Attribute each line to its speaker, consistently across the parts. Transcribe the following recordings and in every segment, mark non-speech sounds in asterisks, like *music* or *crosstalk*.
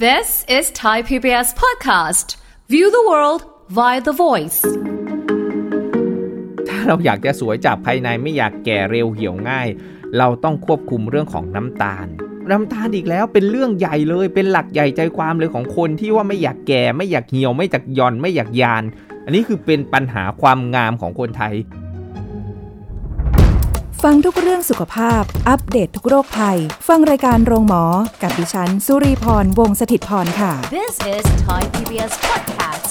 Speaker 1: This is Thai PBS podcast. View the world via the voice.
Speaker 2: ถ้าเราอยากจะสวยจากภายในไม่อยากแก่เร็วเหี่ยวง่าย เราต้องควบคุมเรื่องของน้ำตาล น้ำตาลอีกแล้วเป็นเรื่องใหญ่เลยเป็นหลักใหญ่ใจความเลยของคนที่ว่าไม่อยากแก่ไม่อยากเหี่ยวไม่อยากหย่อนไม่อยากยาน อันนี้คือเป็นปัญหาความงามของคนไทย
Speaker 3: ฟังทุกเรื่องสุขภาพ อัปเดตททุกโรคภัย ฟังรายการโรงหมอ กับดิฉัน สุรีพร วงศิตพรค่ะ
Speaker 1: This is Thai PBS podcast.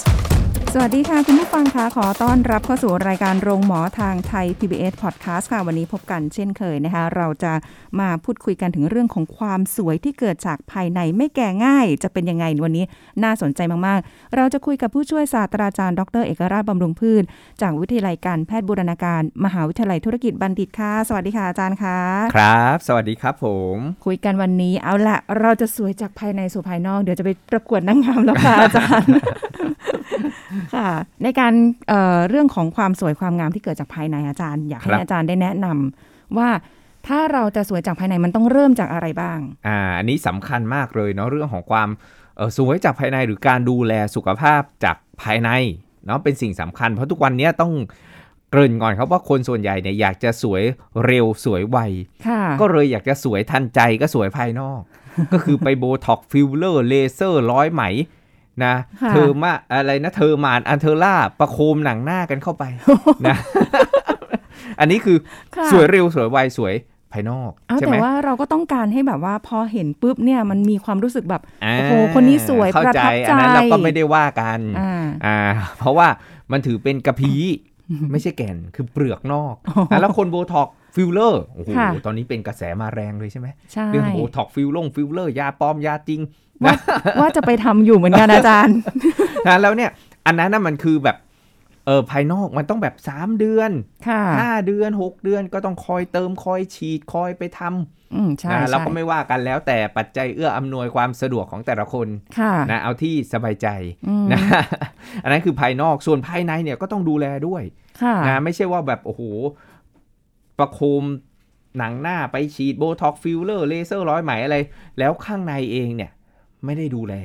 Speaker 3: สวัสดีค่ะ คุณผู้ฟังคะขอต้อนรับเข้าสู่รายการโรงหมอทางไทย PBS Podcast ค่ะ วันนี้พบกันเช่นเคยนะคะ เราจะมาพูดคุยกันถึงเรื่องของความสวยที่เกิดจากภายในไม่แก่ง่าย จะเป็นยังไงวันนี้น่าสนใจมาก ๆ เราจะคุยกับผู้ช่วยศาสตราจารย์ดรเอกราชบำรุงพืช จากวิทยาลัยการแพทย์บูรณาการ มหาวิทยาลัยธุรกิจบัณฑิตค่ะ สวัสดีค่ะอาจารย์ค่ะ
Speaker 2: ครับ สวัสดีครับผม
Speaker 3: คุยกันวันนี้เอาละเราจะสวยจากภายในสู่ภายนอก เดี๋ยวจะไปประกวดนางงามแล้วค่ะ อาจารย์ ค่ะ ในการเอ่อเรื่องของความสวยความงามที่เกิดจากภายในอาจารย์ อยากให้อาจารย์ได้แนะนำว่าถ้าเราจะสวยจากภายในมันต้องเริ่มจากอะไรบ้าง
Speaker 2: อ่าอันนี้สำคัญมากเลยเนาะเรื่องของความเอ่อสวยจากภายในหรือการดูแลสุขภาพจากภายในเนาะเป็นสิ่งสำคัญ เพราะทุกวันเนี้ยต้องเกริ่นก่อนครับว่าคนส่วนใหญ่เนี่ยอยากจะสวยเร็วสวยไว
Speaker 3: ค่ะ
Speaker 2: ก็เลยอยากจะสวยทันใจก็สวยภายนอก ก็คือไปโบท็อกฟิลเลอร์เลเซอร์ร้อยไหมนะ
Speaker 3: ค่ะ
Speaker 2: เธอมาอะไรนะเธอมานอันเทอร่าประโคมหนังหน้ากันเข้าไปนะ
Speaker 3: *laughs*
Speaker 2: อันนี้คือ
Speaker 3: ค่ะ
Speaker 2: สวยเร็วสวยไวสวยภายนอก
Speaker 3: เอา
Speaker 2: ใช่
Speaker 3: แต่
Speaker 2: ไหม
Speaker 3: ว่าเราก็ต้องการให้แบบว่าพอเห็นปุ๊บเนี่ยมันมีความรู้สึกแบบ
Speaker 2: า
Speaker 3: โอ้โหคนนี้สวย
Speaker 2: เข้า
Speaker 3: ประ
Speaker 2: ใจ
Speaker 3: ทับใจ
Speaker 2: อันนั้นเราก็ไม่ได้ว่ากัน
Speaker 3: อ่า
Speaker 2: อ่า เพราะว่ามันถือเป็นกระพี้ไม่ใช่แก่นคือเปลือกนอกอ่ะแล้วคนโบท็อกฟิลเลอร์โอ้โห
Speaker 3: ค่ะ
Speaker 2: ตอนนี้เป็นกระแสมาแรงเลยใช่ไหม
Speaker 3: ใช่
Speaker 2: เรื่องโบท็อกฟิลลงฟิลเลอร์ยาปลอมยาจริง
Speaker 3: ว่าว่าจะไปทำอยู่เหมือนกันอา
Speaker 2: *laughs*
Speaker 3: จารย์
Speaker 2: นะแล้วเนี่ย อันนั้นน่ะมันคือแบบเออภายนอกมันต้องแบบ 3 เดือน
Speaker 3: ค่ะ
Speaker 2: 5 เดือน 6 เดือนก็ต้องคอยเติมคอยฉีดคอยไปท
Speaker 3: อืม
Speaker 2: ำ
Speaker 3: ใช่
Speaker 2: นะเรา
Speaker 3: ใช่
Speaker 2: ก็ไม่ว่ากันแล้วแต่ปัจจัยเอื้ออำนวยความสะดวกของแต่ละคน
Speaker 3: ค่ะ
Speaker 2: นะเอาที่สบายใจ
Speaker 3: อืม
Speaker 2: นะ *laughs* อันนั้นคือภายนอกส่วนภายในเนี่ยก็ต้องดูแลด้วย
Speaker 3: ค่ะ
Speaker 2: นะไม่ใช่ว่าแบบโอ้โหประโคมหนังหน้าไปฉีดโบท็อกฟิลเลอร์เลเซอร์ร้อยไหมอะไร แล้วข้างในเองเนี่ย ไม่ได้ดูแล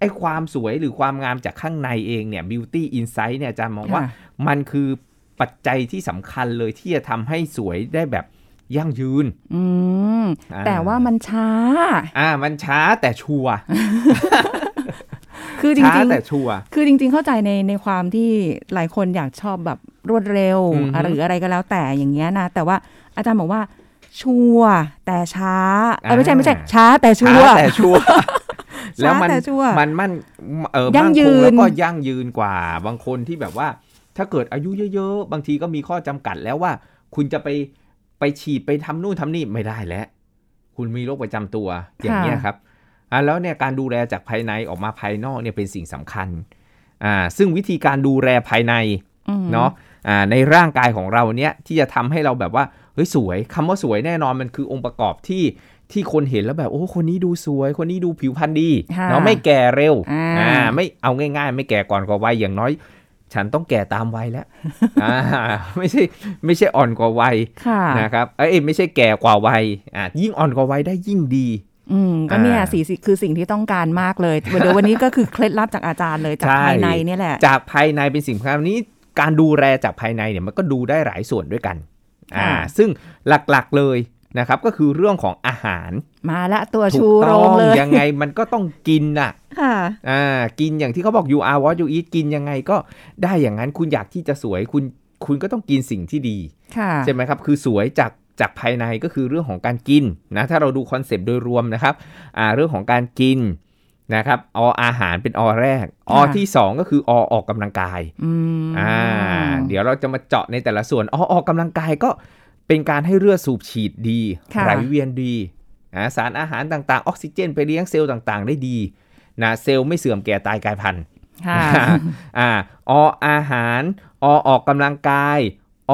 Speaker 2: ไอ้ความสวยหรือความงามจากข้างในเองเนี่ย beauty insight เนี่ยอาจารย์มองว่า
Speaker 3: ค่ะ
Speaker 2: มันคือปัจจัยที่สำคัญเลยที่จะทำให้สวยได้แบบยั่งยืน
Speaker 3: อืม
Speaker 2: อ่
Speaker 3: แต่ว่ามันช้า
Speaker 2: อ่ามันช้าแต่ชัวร์
Speaker 3: คือจ
Speaker 2: ช้า
Speaker 3: ริง
Speaker 2: แต่ชัวร์
Speaker 3: ๆ คือจริง ๆ เข้าใจในในความที่หลายคนอยากชอบแบบรวดเร็ว
Speaker 2: อือฮึ
Speaker 3: หรืออะไรก็แล้วแต่อย่างเงี้ยนะ แต่ว่าอาจารย์บอกว่าชัวร์แต่ช้าเอ้ยไม่ใช่
Speaker 2: อ่า
Speaker 3: ไม่ใช่ ช้าแต่ชั
Speaker 2: ช้าว
Speaker 3: ร์
Speaker 2: แต่ชัวร์ *laughs* แล้วมัน
Speaker 3: ช้าแต่ชัวร์
Speaker 2: มันมันเออ
Speaker 3: ยั่งยื
Speaker 2: มั่ค
Speaker 3: น
Speaker 2: แล้วก็ยั่งยืนกว่า บางคนที่แบบว่า ถ้าเกิดอายุเยอะๆ บางทีก็มีข้อจำกัดแล้วว่า คุณจะไปไปฉีดไปทำนู่นทำนี่ไม่ได้แล้ว คุณมีโรคประจำตัวอย่างเนี้ยครับอ่ะแล้วเนี่ยการดูแลจากภายในออกมาภายนอกเนี่ยเป็นสิ่งสำคัญอ่าซึ่งวิธีการดูแลภายใน
Speaker 3: อืม
Speaker 2: เนาะอ่าในร่างกายของเราเนี่ยที่จะทำให้เราแบบว่าเฮ้ยสวยคำว่าสวยแน่นอนมันคือองค์ประกอบที่ที่คนเห็นแล้วแบบโอ้คนนี้ดูสวย คนนี้ดูผิวพรรณดี
Speaker 3: ค่ะ
Speaker 2: เนาะไม่แก่เร็ว
Speaker 3: อ่า
Speaker 2: ไม่เอาง่าย ๆ ไม่แก่ก่อนกว่าวัยอย่างน้อย ฉันต้องแก่ตามวัยแล้ว
Speaker 3: *laughs*
Speaker 2: อ่าไม่ใช่ไม่ใช่อ่อนกว่าวัย
Speaker 3: ค่ะ
Speaker 2: นะครับเอ้ยไม่ใช่แก่กว่าวัยอ่ะยิ่งอ่อนกว่าวัยได้ยิ่งดี
Speaker 3: อืมก็เนี่ย
Speaker 2: อ่า
Speaker 3: สีสิคือสิ่งที่ต้องการมากเลยเดี๋ยววันนี้ก็คือเคล็ดลับจากอาจารย์เลยจากภายในเนี่ยแหละ
Speaker 2: จากภายในเป็นสิ่งสำคัญนี้การดูแลจากภายในเนี่ยมันก็ดูได้หลายส่วนด้วยกันอ่า
Speaker 3: ค่ะ
Speaker 2: ซึ่งหลักๆเลยนะครับก็คือเรื่องของอาหาร
Speaker 3: มาละตัว
Speaker 2: ถู
Speaker 3: ชู
Speaker 2: ก
Speaker 3: โร
Speaker 2: ต้อง ง
Speaker 3: เลย
Speaker 2: ยังไงมันก็ต้องกินน่ะ
Speaker 3: ค่ะ
Speaker 2: อ่ากินอย่างที่เขาบอก you are what you eat กินยังไงก็ได้อย่างนั้นคุณอยากที่จะสวยคุณคุณก็ต้องกินสิ่งที่ดี
Speaker 3: ค่ะ
Speaker 2: ใช่ไหมครับ คือสวยจากจากภายในก็คือเรื่องของการกินนะ ถ้าเราดูคอนเซปต์โดยรวมนะครับอ่าเรื่องของการกินนะครับ ออาหารเป็นอแรก อ
Speaker 3: ค่ะ
Speaker 2: ที่ 2 ก็คืออออกกำลังกาย
Speaker 3: อืม
Speaker 2: อ่า เดี๋ยวเราจะมาเจาะในแต่ละส่วน ออออกกำลังกายก็เป็นการให้เลือดสูบฉีดดี
Speaker 3: ค่ะ
Speaker 2: ไหลเวียนดีอ่าสารอาหารต่างๆ ออกซิเจนไปเลี้ยงเซลล์ต่างๆ ได้ดีนะ เซลล์ไม่เสื่อมแก่ตายกลายพันธุ์
Speaker 3: ค่ะ
Speaker 2: อ่า *laughs* ออาหาร อออกกำลังกาย อ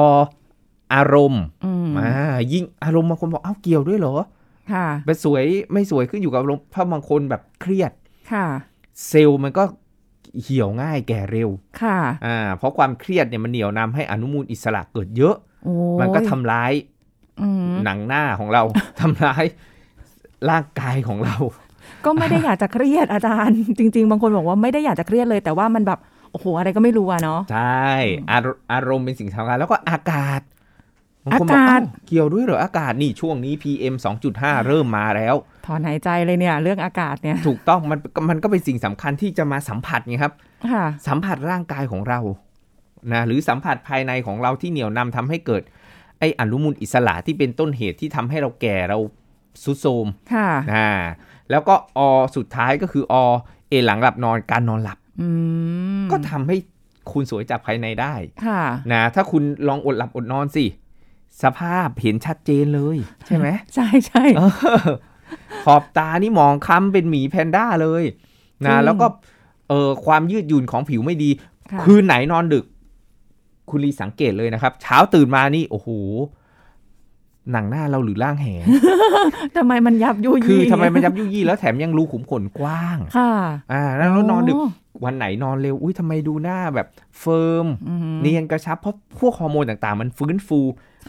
Speaker 2: อารมณ์
Speaker 3: อืม
Speaker 2: อ่ายิ่งอารมณ์บางคนบอกเอ้าเกี่ยวด้วยเหรอ
Speaker 3: ค่ะ
Speaker 2: ไปสวยไม่สวยขึ้นอยู่กับอารมณ์ถ้าบางคนแบบเครียด
Speaker 3: ค่ะ
Speaker 2: เซลล์มันก็เหี่ยวง่ายแก่เร็ว
Speaker 3: ค่ะ
Speaker 2: อ่าเพราะความเครียดเนี่ยมันเหนี่ยวนำให้อนุมูลอิสระเกิดเยอะ
Speaker 3: โอ้ย
Speaker 2: มันก็ทำร้าย
Speaker 3: อืม
Speaker 2: *laughs* หนังหน้าของเรา ทำร้ายร่างกายของเรา
Speaker 3: ก็ไม่ได้อยากจะเครียดอาจารย์ จริง ๆ บางคนบอกว่าไม่ได้อยากจะเครียดเลย แต่ว่ามันแบบโอ้โหอะไรก็ไม่รู้อะเนาะ
Speaker 2: ใช่อารอารมณ์เป็นสิ่งสำคัญแล้วก็อากาศบงคนบ
Speaker 3: อากาศ
Speaker 2: เเกี่ยวด้วยเหรออากาศนี่ช่วงนี้ PM 2.5 เริ่มมาแล้ว
Speaker 3: ถอนหายใจเลยเนี่ย เรื่องอากาศเนี่ย
Speaker 2: ถูกต้องมันมันก็เป็นสิ่งสำคัญที่จะมาสัมผัสไงครับ
Speaker 3: ค่ะ
Speaker 2: สัมผัสร่างกายของเรานะหรือสัมผัสภายในของเราที่เหนี่ยวนำทำให้เกิด ไออนุมูลอิสระที่เป็นต้นเหตุที่ทำให้เราแก่เราสุดโทรม
Speaker 3: ค่ะ
Speaker 2: นะแล้วก็อสุดท้ายก็คืออเอหลังหลับนอนการนอนหลับ
Speaker 3: อืม
Speaker 2: ก็ทำให้คุณสวยจากภายในได้
Speaker 3: ค่ะ
Speaker 2: นะถ้าคุณลองอดหลับอดนอนสิ สภาพเห็นชัดเจนเลย ใช่ไหม
Speaker 3: *laughs* ใช่ใช่
Speaker 2: เออขอบตานี่มองค้ำเป็นหมีแพนด้าเลย
Speaker 3: จริ
Speaker 2: นะ
Speaker 3: ง
Speaker 2: แล้วก็เออความยืดหยุ่นของผิวไม่ดี
Speaker 3: ค่ะ
Speaker 2: คืนไหนนอนดึก คุณลีสังเกตเลยนะครับ เช้าตื่นมานี่ โอ้โห หนังหน้าเราหรือร่างแห
Speaker 3: *laughs*
Speaker 2: ง
Speaker 3: ทำไมมันยับยุยี
Speaker 2: คือทำไมมันยับยุยี่แล้วแถมยังรูขุมขนกว้าง
Speaker 3: ค่ะ
Speaker 2: อ่าแล้วนอนดึก
Speaker 3: โ
Speaker 2: วันไหนนอนเร็ว อุ้ยทำไมดูหน้าแบบเฟิร์ม
Speaker 3: อืม
Speaker 2: เนียนกระชับ เพราะพวกฮอร์โมนต่างๆ มันฟื้นฟู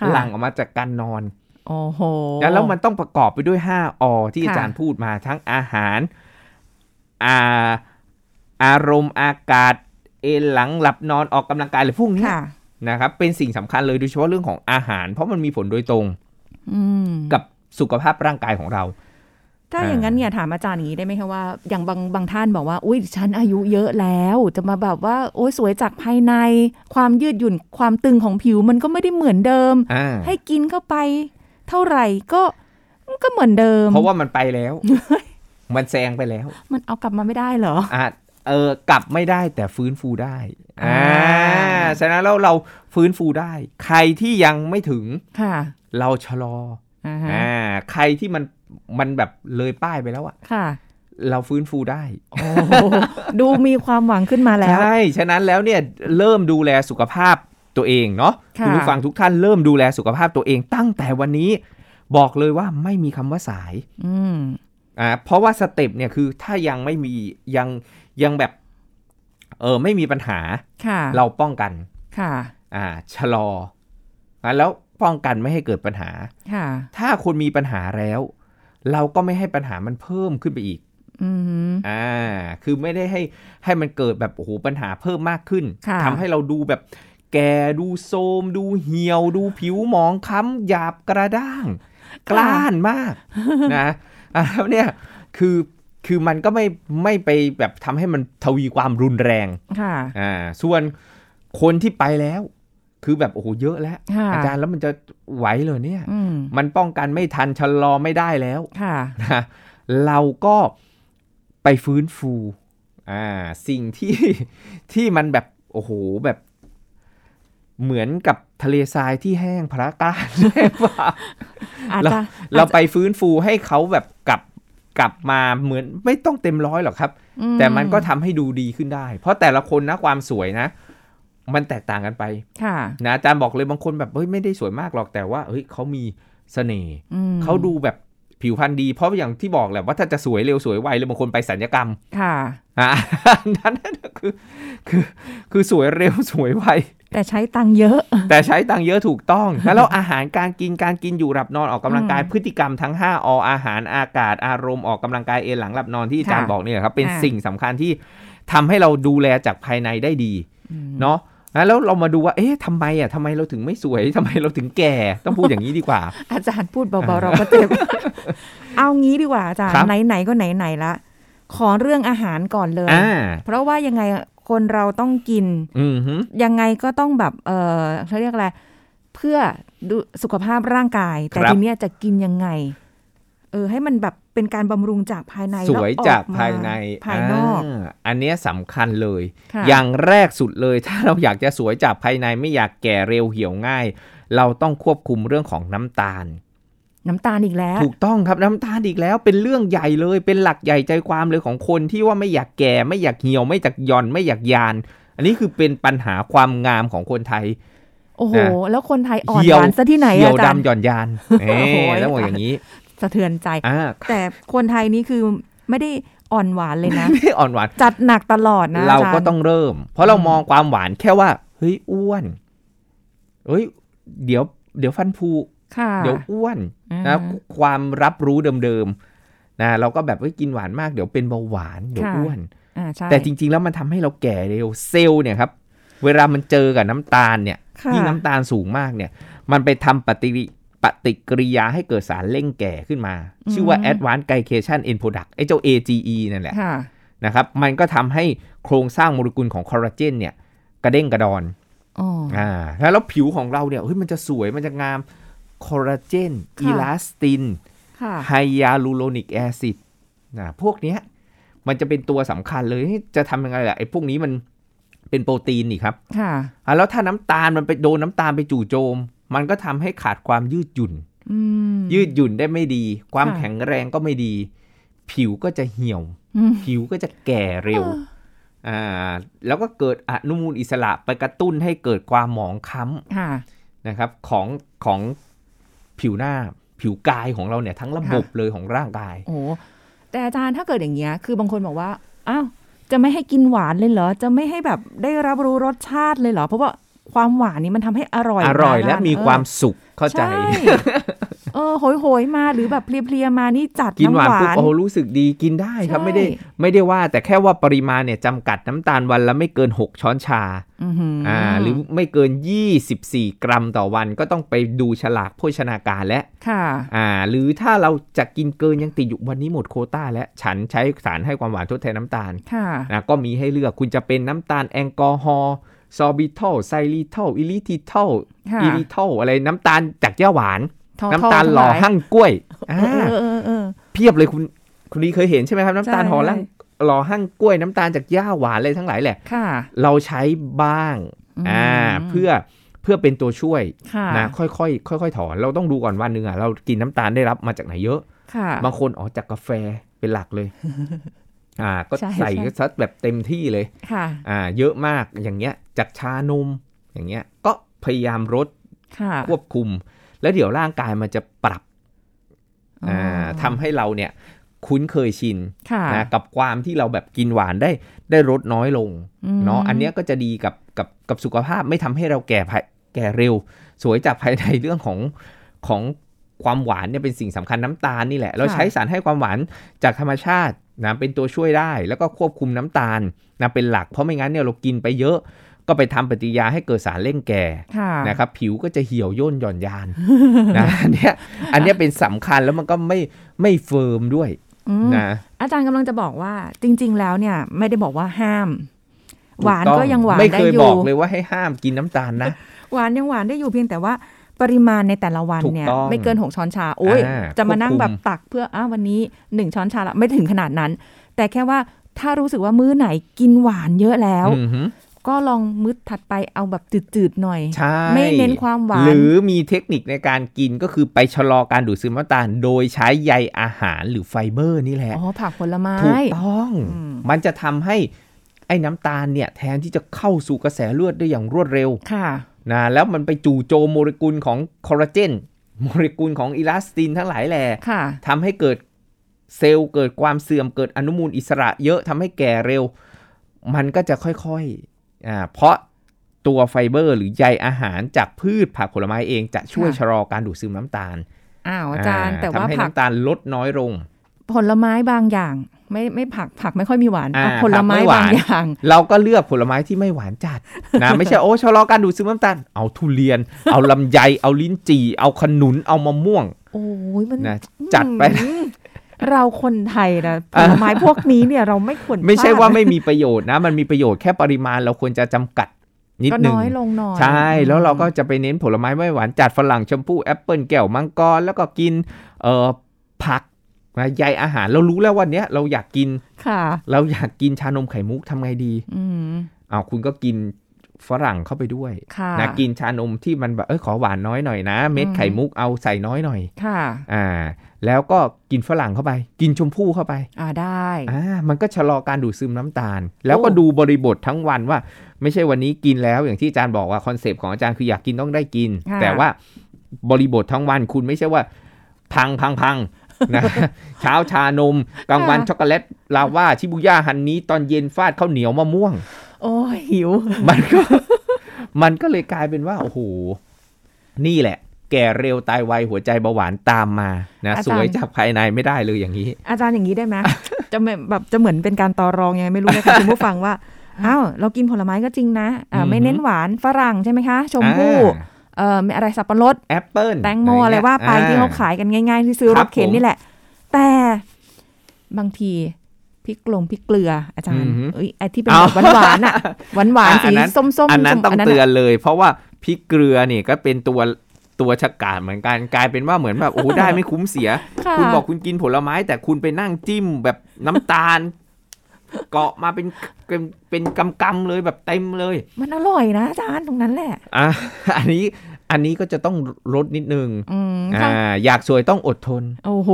Speaker 3: ค่ะ
Speaker 2: หลั่งออกมาจากการนอน
Speaker 3: โอ้โห
Speaker 2: แล้วแล้วมันต้องประกอบไปด้วย 5อที่
Speaker 3: ค่ะ
Speaker 2: อาจารย์พูดมาทั้งอาหารอาอารมณ์อากาศ เอนหลังหลับนอนออกกำลังกายอะไรพวกเนี้ย
Speaker 3: ค่ะ
Speaker 2: นะครับ เป็นสิ่งสำคัญเลยโดยเฉพาะเรื่องของอาหาร เพราะมันมีผลโดยตรง
Speaker 3: อืม
Speaker 2: กับสุขภาพร่างกายของเรา
Speaker 3: ถ้า
Speaker 2: อ่า
Speaker 3: อย่างนั้นเนี่ยถามอาจารย์อย่างนี้ได้ไหมคะว่า อย่างบางบางท่านบอกว่า อุ้ยฉันอายุเยอะแล้วจะมาแบบว่า โอ้ยสวยจากภายใน ความยืดหยุ่นความตึงของผิวมันก็ไม่ได้เหมือนเดิม
Speaker 2: อ่า
Speaker 3: ให้กินเข้าไป เท่าไหร่ก็มันก็เหมือนเดิม
Speaker 2: เพราะว่ามันไปแล้ว มันแซงไปแล้ว
Speaker 3: มันเอากลับมาไม่ได้เหรอ
Speaker 2: อาจเออกลับไม่ได้แต่ฟื้นฟูได้อ่า
Speaker 3: อ่า
Speaker 2: ฉะนั้นแล้วเราฟื้นฟูได้ ใครที่ยังไม่ถึง
Speaker 3: ค่ะ
Speaker 2: เราชะลอ
Speaker 3: อ่าฮะ
Speaker 2: อ่าใครที่มันมันแบบเลยป้ายไปแล้วอะ
Speaker 3: ค่ะ
Speaker 2: เราฟื้นฟูได้
Speaker 3: โอ้โหดูมีความหวังขึ้นมาแล้ว
Speaker 2: ใช่ฉะนั้นแล้วเนี่ยเริ่มดูแลสุขภาพตัวเองเนาะ
Speaker 3: ค่ะ
Speaker 2: คุณผู้ฟังทุกท่านเริ่มดูแลสุขภาพตัวเองตั้งแต่วันนี้ บอกเลยว่าไม่มีคำว่าสาย
Speaker 3: อืม
Speaker 2: อ่าเพราะว่าสเต็ปเนี่ยคือถ้ายังไม่มียังยังแบบเออไม่มีปัญหา
Speaker 3: ค่ะ
Speaker 2: เราป้องกัน
Speaker 3: ค่ะ
Speaker 2: อ่าชะลออ่ะแล้วป้องกันไม่ให้เกิดปัญหา
Speaker 3: ค่ะ
Speaker 2: ถ้าคนมีปัญหาแล้ว เราก็ไม่ให้ปัญหามันเพิ่มขึ้นไปอีก
Speaker 3: อืม
Speaker 2: อ่า คือไม่ได้ให้ให้มันเกิดแบบโอ้โหปัญหาเพิ่มมากขึ้น
Speaker 3: ค่ะ
Speaker 2: ทำให้เราดูแบบแก่ดูโทรมดูเหี่ยว ดูผิวหมองคล้ำหยาบกระด้าง กล้านมากนะอ่ะแล้วเนี่ยคือคือมันก็ไม่ไม่ไปแบบทำให้มันทวีความรุนแรง
Speaker 3: ค่ะ
Speaker 2: อ่าส่วนคนที่ไปแล้ว คือแบบโอ้โหเยอะแล้ว
Speaker 3: ค่ะ
Speaker 2: อาจารย์แล้วมันจะไหวเหรอเนี่ย
Speaker 3: อืม
Speaker 2: มันป้องกันไม่ทันชะลอไม่ได้แล้ว
Speaker 3: ค่ะ
Speaker 2: นะเราก็ไปฟื้นฟูอ่าสิ่งที่ *laughs* ที่มันแบบ โอ้โหแบบเหมือนกับทะเลทรายที่แห้งพระกล้าน ใช่ปะ
Speaker 3: อาจจะ
Speaker 2: เราไปฟื้นฟูให้เขาแบบกลับกลับมาเหมือนไม่ต้องเต็มร้อยหรอกครับ
Speaker 3: อื
Speaker 2: แต่มันก็ทำให้ดูดีขึ้นได้ เพราะแต่ละคนนะความสวยนะ มันแตกต่างกันไป
Speaker 3: ค่ะ
Speaker 2: นะอาจารย์บอกเลยบางคนแบบเฮ้ยไม่ได้สวยมากหรอกแต่ว่าเฮ้ยเขามีเสน่ห์
Speaker 3: อืม
Speaker 2: เขาดูแบบผิวพรรณดี เพราะอย่างที่บอกแหละว่าถ้าจะสวยเร็วสวยไวเลยบางคนไปสัญญกรรม
Speaker 3: ค่ะ
Speaker 2: อ่ะ อันนั้นน่ะคือคือคือสวยเร็วสวยไว
Speaker 3: แต่ใช้ตังค์เยอะ *laughs*
Speaker 2: แต่ใช้ตังค์เยอะถูกต้อง แล้วอาหารการกินการกินอยู่หลับนอนออกกำลังกาย
Speaker 3: อืม
Speaker 2: พฤติกรรมทั้ง 5 ออาหารอากาศอารมณ์ออกกำลังกายเอนหลังหลับนอนที่อาจารย์
Speaker 3: ค่ะ
Speaker 2: บอกเนี่ยครับเป็น
Speaker 3: ค่ะ
Speaker 2: สิ่งสำคัญที่ทำให้เราดูแลจากภายในได้ดีเนาะแล้วเรามาดูว่าเอ๊ะทำไมอ่ะทำไมเราถึงไม่สวยทำไมเราถึงแก่ต้องพูดอย่างนี้ดีกว่า
Speaker 3: อาจารย์พูดเบาๆเราก็เจ็บ
Speaker 2: *laughs*
Speaker 3: เอางี้ดีกว่าอาจารย์
Speaker 2: ครับ
Speaker 3: ไหนๆก็ไหนๆละขอเรื่องอาหารก่อนเลย
Speaker 2: อ่า
Speaker 3: เพราะว่ายังไงคนเราต้องกิน
Speaker 2: อืมฮึ
Speaker 3: ยังไงก็ต้องแบบเออเขาเรียกอะไรเพื่อดูสุขภาพร่างกาย แต่ทีเนี้ยจะกินยังไง เออ ให้มันแบบเป็นการบำรุงจากภายใน
Speaker 2: สวย
Speaker 3: แล้ออ
Speaker 2: จาก
Speaker 3: ม
Speaker 2: ภายใน
Speaker 3: ภายนอก
Speaker 2: าอันเนี้ยสำคัญเลย
Speaker 3: ค่ะ
Speaker 2: อย่างแรกสุดเลย *laughs* ถ้าเราอยากจะสวยจากภายในไม่อยากแก่เร็วเหี่ยวง่าย เราต้องควบคุมเรื่องของน้ำตาล
Speaker 3: น้ำตาลอีกแล้ว
Speaker 2: ถูกต้องครับน้ำตาลอีกแล้วเป็นเรื่องใหญ่เลย เป็นหลักใหญ่ใจความเลยของคนที่ว่าไม่อยากแก่ไม่อยากเหี่ยวไม่อยากหย่อนไม่อยากยาน อันนี้คือเป็นปัญหาความงามของคนไทย
Speaker 3: โอ้โห
Speaker 2: อ่ะ
Speaker 3: แล้วคนไทยอ่อน
Speaker 2: เหี่
Speaker 3: ห
Speaker 2: ยว
Speaker 3: วานซะที่ไหน
Speaker 2: เหี่
Speaker 3: อะ
Speaker 2: ยว
Speaker 3: อาจารย์
Speaker 2: ดำหย่อนยานเอ้
Speaker 3: โอ้โห
Speaker 2: แล้วบอกอย่างนี้
Speaker 3: สะเทือนใจ
Speaker 2: อ่า *laughs*
Speaker 3: แต่คนไทยนี่คือไม่ได้อ่อนหวานเลย
Speaker 2: *laughs*
Speaker 3: นะ
Speaker 2: ไม่ได้อ่อนหวาน
Speaker 3: จัดหนักตลอดนะ
Speaker 2: เรา
Speaker 3: จย์
Speaker 2: ก็ต้องเริ่ม เพราะเรามองความหวานแค่ว่าเฮ้ยอ้วนเฮ้ยเดี๋ยว เดี๋ยวฟันผุ
Speaker 3: ค่ะ
Speaker 2: เดี๋ยวอ้วน
Speaker 3: อ่า
Speaker 2: นะความรับรู้เดิม นะเราก็แบบเฮ้ยกินหวานมากเดี๋ยวเป็นเบาหวานเดี๋ยว
Speaker 3: ค่ะ
Speaker 2: อ้วน
Speaker 3: อ่าใช่
Speaker 2: แต่จริง ๆ แล้วมันทำให้เราแก่เร็วเซลล์เนี่ยครับ เวลามันเจอกับน้ำตาลเนี่ย
Speaker 3: ค่ะ
Speaker 2: ยิ่งน้ำตาลสูงมากเนี่ย มันไปทำปฏิกิริปฏิกิริยาให้เกิดสารเร่งแก่ขึ้นมา ชื่อว่า Advanced Glycation End Product ไอ้เจ้า AGE นั่นแหละ
Speaker 3: ค่ะ
Speaker 2: นะครับ มันก็ทำให้โครงสร้างโมเลกุลของคอลลาเจนเนี่ยกระเด้งกระดอน
Speaker 3: อ๋อ
Speaker 2: อ่าแล้วผิวของเราเนี่ยเฮ้ยมันจะสวยมันจะงามคอลลาเจน
Speaker 3: ค่ะ
Speaker 2: อีลาสติน
Speaker 3: ค่ะ
Speaker 2: ไฮยาลูโรนิกแอซิดนะพวกเนี้ยมันจะเป็นตัวสำคัญเลยนี่จะทำยังไงล่ะไอ้พวกนี้มันเป็นโปรตีนนี่ครับ
Speaker 3: ค่ะ
Speaker 2: อ่ะแล้วถ้าน้ำตาลมันไปโดนน้ำตาลไปจู่โจม มันก็ทำให้ขาดความยืดหยุ่น
Speaker 3: อืม
Speaker 2: ยืดหยุ่นได้ไม่ดี ความ
Speaker 3: ค่ะ
Speaker 2: แข็งแรงก็ไม่ดี ผิวก็จะเหี่ยว
Speaker 3: อืม
Speaker 2: ผิวก็จะแก่เร็วอ่าแล้วก็เกิดอนุมูลอิสระไปกระตุ้นให้เกิดความหมองคล้ำ
Speaker 3: ค่ะ
Speaker 2: นะครับของของผิวหน้าผิวกายของเราเนี่ยทั้งระบบเลยของร่างกาย
Speaker 3: โอ้แต่อาจารย์ถ้าเกิดอย่างเงี้ย คือบางคนบอกว่า อ้าว จะไม่ให้กินหวานเลยเหรอ จะไม่ให้แบบได้รับรู้รสชาติเลยเหรอ เพราะว่าความหวานนี้มันทำให้อร่อย
Speaker 2: อร่อย
Speaker 3: น
Speaker 2: และ
Speaker 3: น
Speaker 2: มี
Speaker 3: เออ
Speaker 2: ความสุขเข้าใจ
Speaker 3: ช่เออโหยโหยๆมาหรือแบบเพลียๆมานี่จัด
Speaker 2: กินหวาน
Speaker 3: ำ
Speaker 2: ปุ๊บโอ้โหรู้สึกดีกินได้ครับ
Speaker 3: ใช่
Speaker 2: ไม่ได้ไม่ได้ว่า แต่แค่ว่าปริมาณเนี่ยจำกัดน้ำตาลวันละไม่เกิน 6 ช้อนชา
Speaker 3: อื้อหือ
Speaker 2: อ่าหรือไม่เกิน 24 กรัมต่อวันก็ต้องไปดูฉลากโภชนาการและ
Speaker 3: ค่ะ
Speaker 2: อ่าหรือถ้าเราจะกินเกินยังติดอยู่วันนี้หมดโควต้าแล้วฉันใช้สารให้ความหวานทดแทนน้ำตาล
Speaker 3: ค่ะ
Speaker 2: นะก็มีให้เลือกคุณจะเป็นน้ำตาลแอลกอฮอล์ซอร์บิทอลไซริทอลอิลิทิทอล
Speaker 3: ค่ะ
Speaker 2: อิลิทอลอะไรน้ำตาลจากย่าหวาน
Speaker 3: ทอๆ
Speaker 2: น้ำตาลหล่อ
Speaker 3: ทั้งหลา
Speaker 2: หั่
Speaker 3: ย
Speaker 2: งกล้วยอ่า
Speaker 3: เออเออเออ
Speaker 2: เพียบเลยคุณคุณลีเคยเห็นใช่ไหมครับ น้ำตาล
Speaker 3: ใช่
Speaker 2: หอหั่งหล่อหั่งกล้วยน้ำตาลจากย่าหวานอะไรทั้งหลายแหละ
Speaker 3: ค่ะ
Speaker 2: เราใช้บ้างอ่าเพื่อเพื่อเป็นตัวช่วย
Speaker 3: ค่ะ
Speaker 2: นะค่อยๆค่อยๆถอนเราต้องดูก่อนวันหนึ่งอ่ะเรากินน้ำตาลได้รับมาจากไหนเยอะ
Speaker 3: ค่ะ
Speaker 2: บางคนอ๋อจากกาแฟเป็นหลัก
Speaker 3: *laughs*
Speaker 2: เลย อ่าก็
Speaker 3: ใช่
Speaker 2: ใส่
Speaker 3: ใช่
Speaker 2: ก็ซัดแบบเต็มที่เลย
Speaker 3: ค่ะ
Speaker 2: อ่าเยอะมากอย่างเงี้ยจากชานมอย่างเงี้ยก็พยายามลด
Speaker 3: ค่ะ
Speaker 2: ควบคุม แล้วเดี๋ยวร่างกายมันจะปรับ
Speaker 3: อ๋ออ่
Speaker 2: ่าทำให้เราเนี่ยคุ้นเคยชิน
Speaker 3: ค่ะ
Speaker 2: นะกับความที่เราแบบกินหวานได้ได้ลดน้อยลง
Speaker 3: อืม
Speaker 2: เนาะอันเนี้ยก็จะดีกับกับกับสุขภาพไม่ทำให้เราแก่ภายแก่เร็ว สวยจากภายในเรื่องของของความหวานเนี่ยเป็นสิ่งสำคัญน้ำตาลนี่แหละ เรา
Speaker 3: ค่ะ
Speaker 2: ใช้สารให้ความหวานจากธรรมชาตินะเป็นตัวช่วยได้ แล้วก็ควบคุมน้ำตาลนะเป็นหลักเพราะไม่งั้นเนี่ยเรากินไปเยอะ ก็ไปทำปฏิกิริยาให้เกิดสารเร่งแก่
Speaker 3: ค่ะ
Speaker 2: นะครับผิวก็จะเหี่ยวย่นหย่อน
Speaker 3: *laughs*
Speaker 2: ยาน นะอันเนี้ยอันเนี้ยเป็นสำคัญแล้วมันก็ไม่ไม่เฟิร์มด้วย
Speaker 3: อืม
Speaker 2: นะ
Speaker 3: อาจารย์กำลังจะบอกว่าจริง ๆ แล้วเนี่ยไม่ได้บอกว่าห้าม
Speaker 2: ถูก
Speaker 3: หวาน
Speaker 2: ต้อ
Speaker 3: ก็ยังหวาน
Speaker 2: ไม่
Speaker 3: ได้
Speaker 2: เคย
Speaker 3: อบ ยู่
Speaker 2: อกเลยว่าให้ห้ามกินน้ำตาลนะ
Speaker 3: หวานยังหวานได้อยู่เพียงแต่ว่าปริมาณในแต่ละวัน
Speaker 2: ถูก
Speaker 3: เนี่ย
Speaker 2: ต้อง
Speaker 3: ไม่เกินหกช้อนชาโอ้ย
Speaker 2: อ่า
Speaker 3: จะมานั่ง
Speaker 2: ควบคุม
Speaker 3: แบบตักเพื่ออ้าววันนี้หนึ่งช้อนชาละไม่ถึงขนาดนั้น แต่แค่ว่าถ้ารู้สึกว่ามื้อไหนกินหวานเยอะแล้ว
Speaker 2: อือหือ
Speaker 3: ก็ลองมื้อถัดไปเอาแบบจืดๆหน่อย
Speaker 2: ใช่
Speaker 3: ไม่เน้นความหวาน
Speaker 2: หรือมีเทคนิคในการกินก็คือไปชะลอการดูดซึมน้ำตาล โดยใช้ใยอาหารหรือไฟเบอร์นี่แหละ
Speaker 3: อ๋อผักผลไม้
Speaker 2: ถูกต้อง
Speaker 3: อืม
Speaker 2: มันจะทำให้ไอ้น้ำตาลเนี่ยแทนที่จะเข้าสู่กระแสเลือดได้อย่างรวดเร็ว
Speaker 3: ค่ะ
Speaker 2: นะแล้วมันไปจู่โจมโมเลกุลของคอลลาเจนโมเลกุลของอิลาสตินทั้งหลายแหล่
Speaker 3: ค่ะ
Speaker 2: ทำให้เกิดเซลล์เกิดความเสื่อมเกิดอนุมูลอิสระเยอะทำให้แก่เร็ว มันก็จะค่อยๆอ่าเพราะตัวไฟเบอร์หรือใยอาหารจากพืชผักผลไม้เองจะช่วย
Speaker 3: ค่ะ
Speaker 2: ชะลอการดูดซึมน้ำตาล
Speaker 3: อ้าวอาจารย์ แต่ว่า
Speaker 2: ทำให้
Speaker 3: ผัก
Speaker 2: น้ำตาลลดน้อยลง
Speaker 3: ผลไม้บางอย่าง ไม่ไม่ผักผักไม่ค่อยมีหวาน
Speaker 2: อ่า
Speaker 3: เอาผลไม้
Speaker 2: ผักไม่หวา
Speaker 3: บาง
Speaker 2: น
Speaker 3: อย่าง
Speaker 2: เราก็เลือกผลไม้ที่ไม่หวานจัด
Speaker 3: *laughs*
Speaker 2: นะ ไม่ใช่โอ้ชะลอการดูดซึมน้ำตาลเอาทุเรียน เอาลำไยเอาลิ้นจี่เอาขนุนเอามะม่วง
Speaker 3: โอ้ยมัน
Speaker 2: นะจัดไป
Speaker 3: อืมเราคนไทยนะผลไม้พวกนี้เนี่ยเราไม่ควร
Speaker 2: ไม่ใช่
Speaker 3: พลด
Speaker 2: ว่าไม่มีประโยชน์นะ มันมีประโยชน์แค่ปริมาณเราควรจะจำกัดนิด
Speaker 3: ก็
Speaker 2: หนึ่ง
Speaker 3: น้อยลงหน่อย
Speaker 2: ใช่แล้วเราก็จะไปเน้นผลไม้ไม่หวานจัดฝรั่งชมพู่แอปเปิลแก้วมังกรแล้วก็กินเอ่อผักนะใยอาหารเรารู้แล้ววันเนี้ยเราอยากกิน
Speaker 3: ค่ะ
Speaker 2: เราอยากกินชานมไข่มุกทำไงดี
Speaker 3: อืม
Speaker 2: อ้าวคุณก็กินฝรั่งเข้าไปด้วย
Speaker 3: ค่ะ
Speaker 2: นะกินชานมที่มันแบบเอยขอหวานน้อยหน่อยนะ เม็ด
Speaker 3: อืม
Speaker 2: ไข่มุกเอาใส่น้อยหน่อย
Speaker 3: ค่ะ
Speaker 2: อ่าแล้วก็กินฝรั่งเข้าไป กินชมพู่เข้าไป
Speaker 3: อ่าได้
Speaker 2: อ่ามันก็ชะลอการดูดซึมน้ำตาล แล้วก็
Speaker 3: โอ้
Speaker 2: ดูบริบททั้งวันว่า ไม่ใช่วันนี้กินแล้วอย่างที่อาจารย์บอกว่าคอนเซปต์ของอาจารย์คืออยากกินต้องได้กิน แต่ว่าบริบททั้งวันคุณไม่ใช่ว่า พังพังพั *laughs* งนะ เช้าชานมกลางวันช็อกโกแลตลาว่าชิบุย่าฮันนี้ตอนเย็นฟาดข้าวเหนียวมะม่วง *laughs*
Speaker 3: โอ้ยหิว
Speaker 2: มันก็ มันก็เลยกลายเป็นว่าโอ้โหนี่แหละ แก่เร็วตายไวหัวใจเบาหวานตามมานะ
Speaker 3: อาจารย์
Speaker 2: สวยจากภายในไม่ได้เลยอย่างนี้
Speaker 3: อาจารย์อย่างนี้
Speaker 2: *laughs*
Speaker 3: ได้ไหม จะไม่แบบจะเหมือนเป็นการต่อรองยังไงไม่รู้นะคะคุณผู้ฟังว่า อ้าวเรากินผลไม้ก็จริงนะอ่าไม่
Speaker 2: อือฮึ
Speaker 3: เน้นหวานฝรั่งใช่ไหมคะ ชมพู่เอ่อมีอะไรสับปะรด
Speaker 2: แอปเปิล
Speaker 3: แตงโมอะไรว่าไปที่เขา
Speaker 2: ย
Speaker 3: ขายกันง่าย ๆ ที่ซื้อ
Speaker 2: ค
Speaker 3: ร
Speaker 2: รับ
Speaker 3: ถเข็น
Speaker 2: ผม
Speaker 3: นี่แหละ แต่บางทีพริกลงพริกเกลืออาจารย์
Speaker 2: อือฮึ
Speaker 3: เอ้ยไอ้ที่เป็น
Speaker 2: เอา
Speaker 3: แบบหวานๆ
Speaker 2: *laughs*
Speaker 3: อ่ะ หวานหวาน
Speaker 2: อ่ะอั
Speaker 3: ๆสี
Speaker 2: นนั้น
Speaker 3: ส้มๆส้ม
Speaker 2: อันนั้นต้องเตือ
Speaker 3: อะ
Speaker 2: นเลย เพราะว่าพริกเกลือนี่ก็เป็นตัวตัวชะกาดเหมือนกันกลายเป็นว่าเหมือนแบบโอ้โหได้ไม่คุ้ม
Speaker 3: *laughs*
Speaker 2: เสีย
Speaker 3: ะ
Speaker 2: คุณบอกคุณกินผลไม้ แต่คุณไปนั่งจิ้มแบบน้ำตาล *laughs* เกาะมาเป็นเป็นเป็นกำกำๆเลยแบบเต็มเลย
Speaker 3: มันอร่อยนะอาจารย์ตรงนั้นแหละ
Speaker 2: อ่ะ *laughs* อันนี้อันนี้ก็จะต้องลดนิดนึง
Speaker 3: อืมค่ะ
Speaker 2: อ่าอยากสวยต้องอดทน *laughs*
Speaker 3: โอ้โห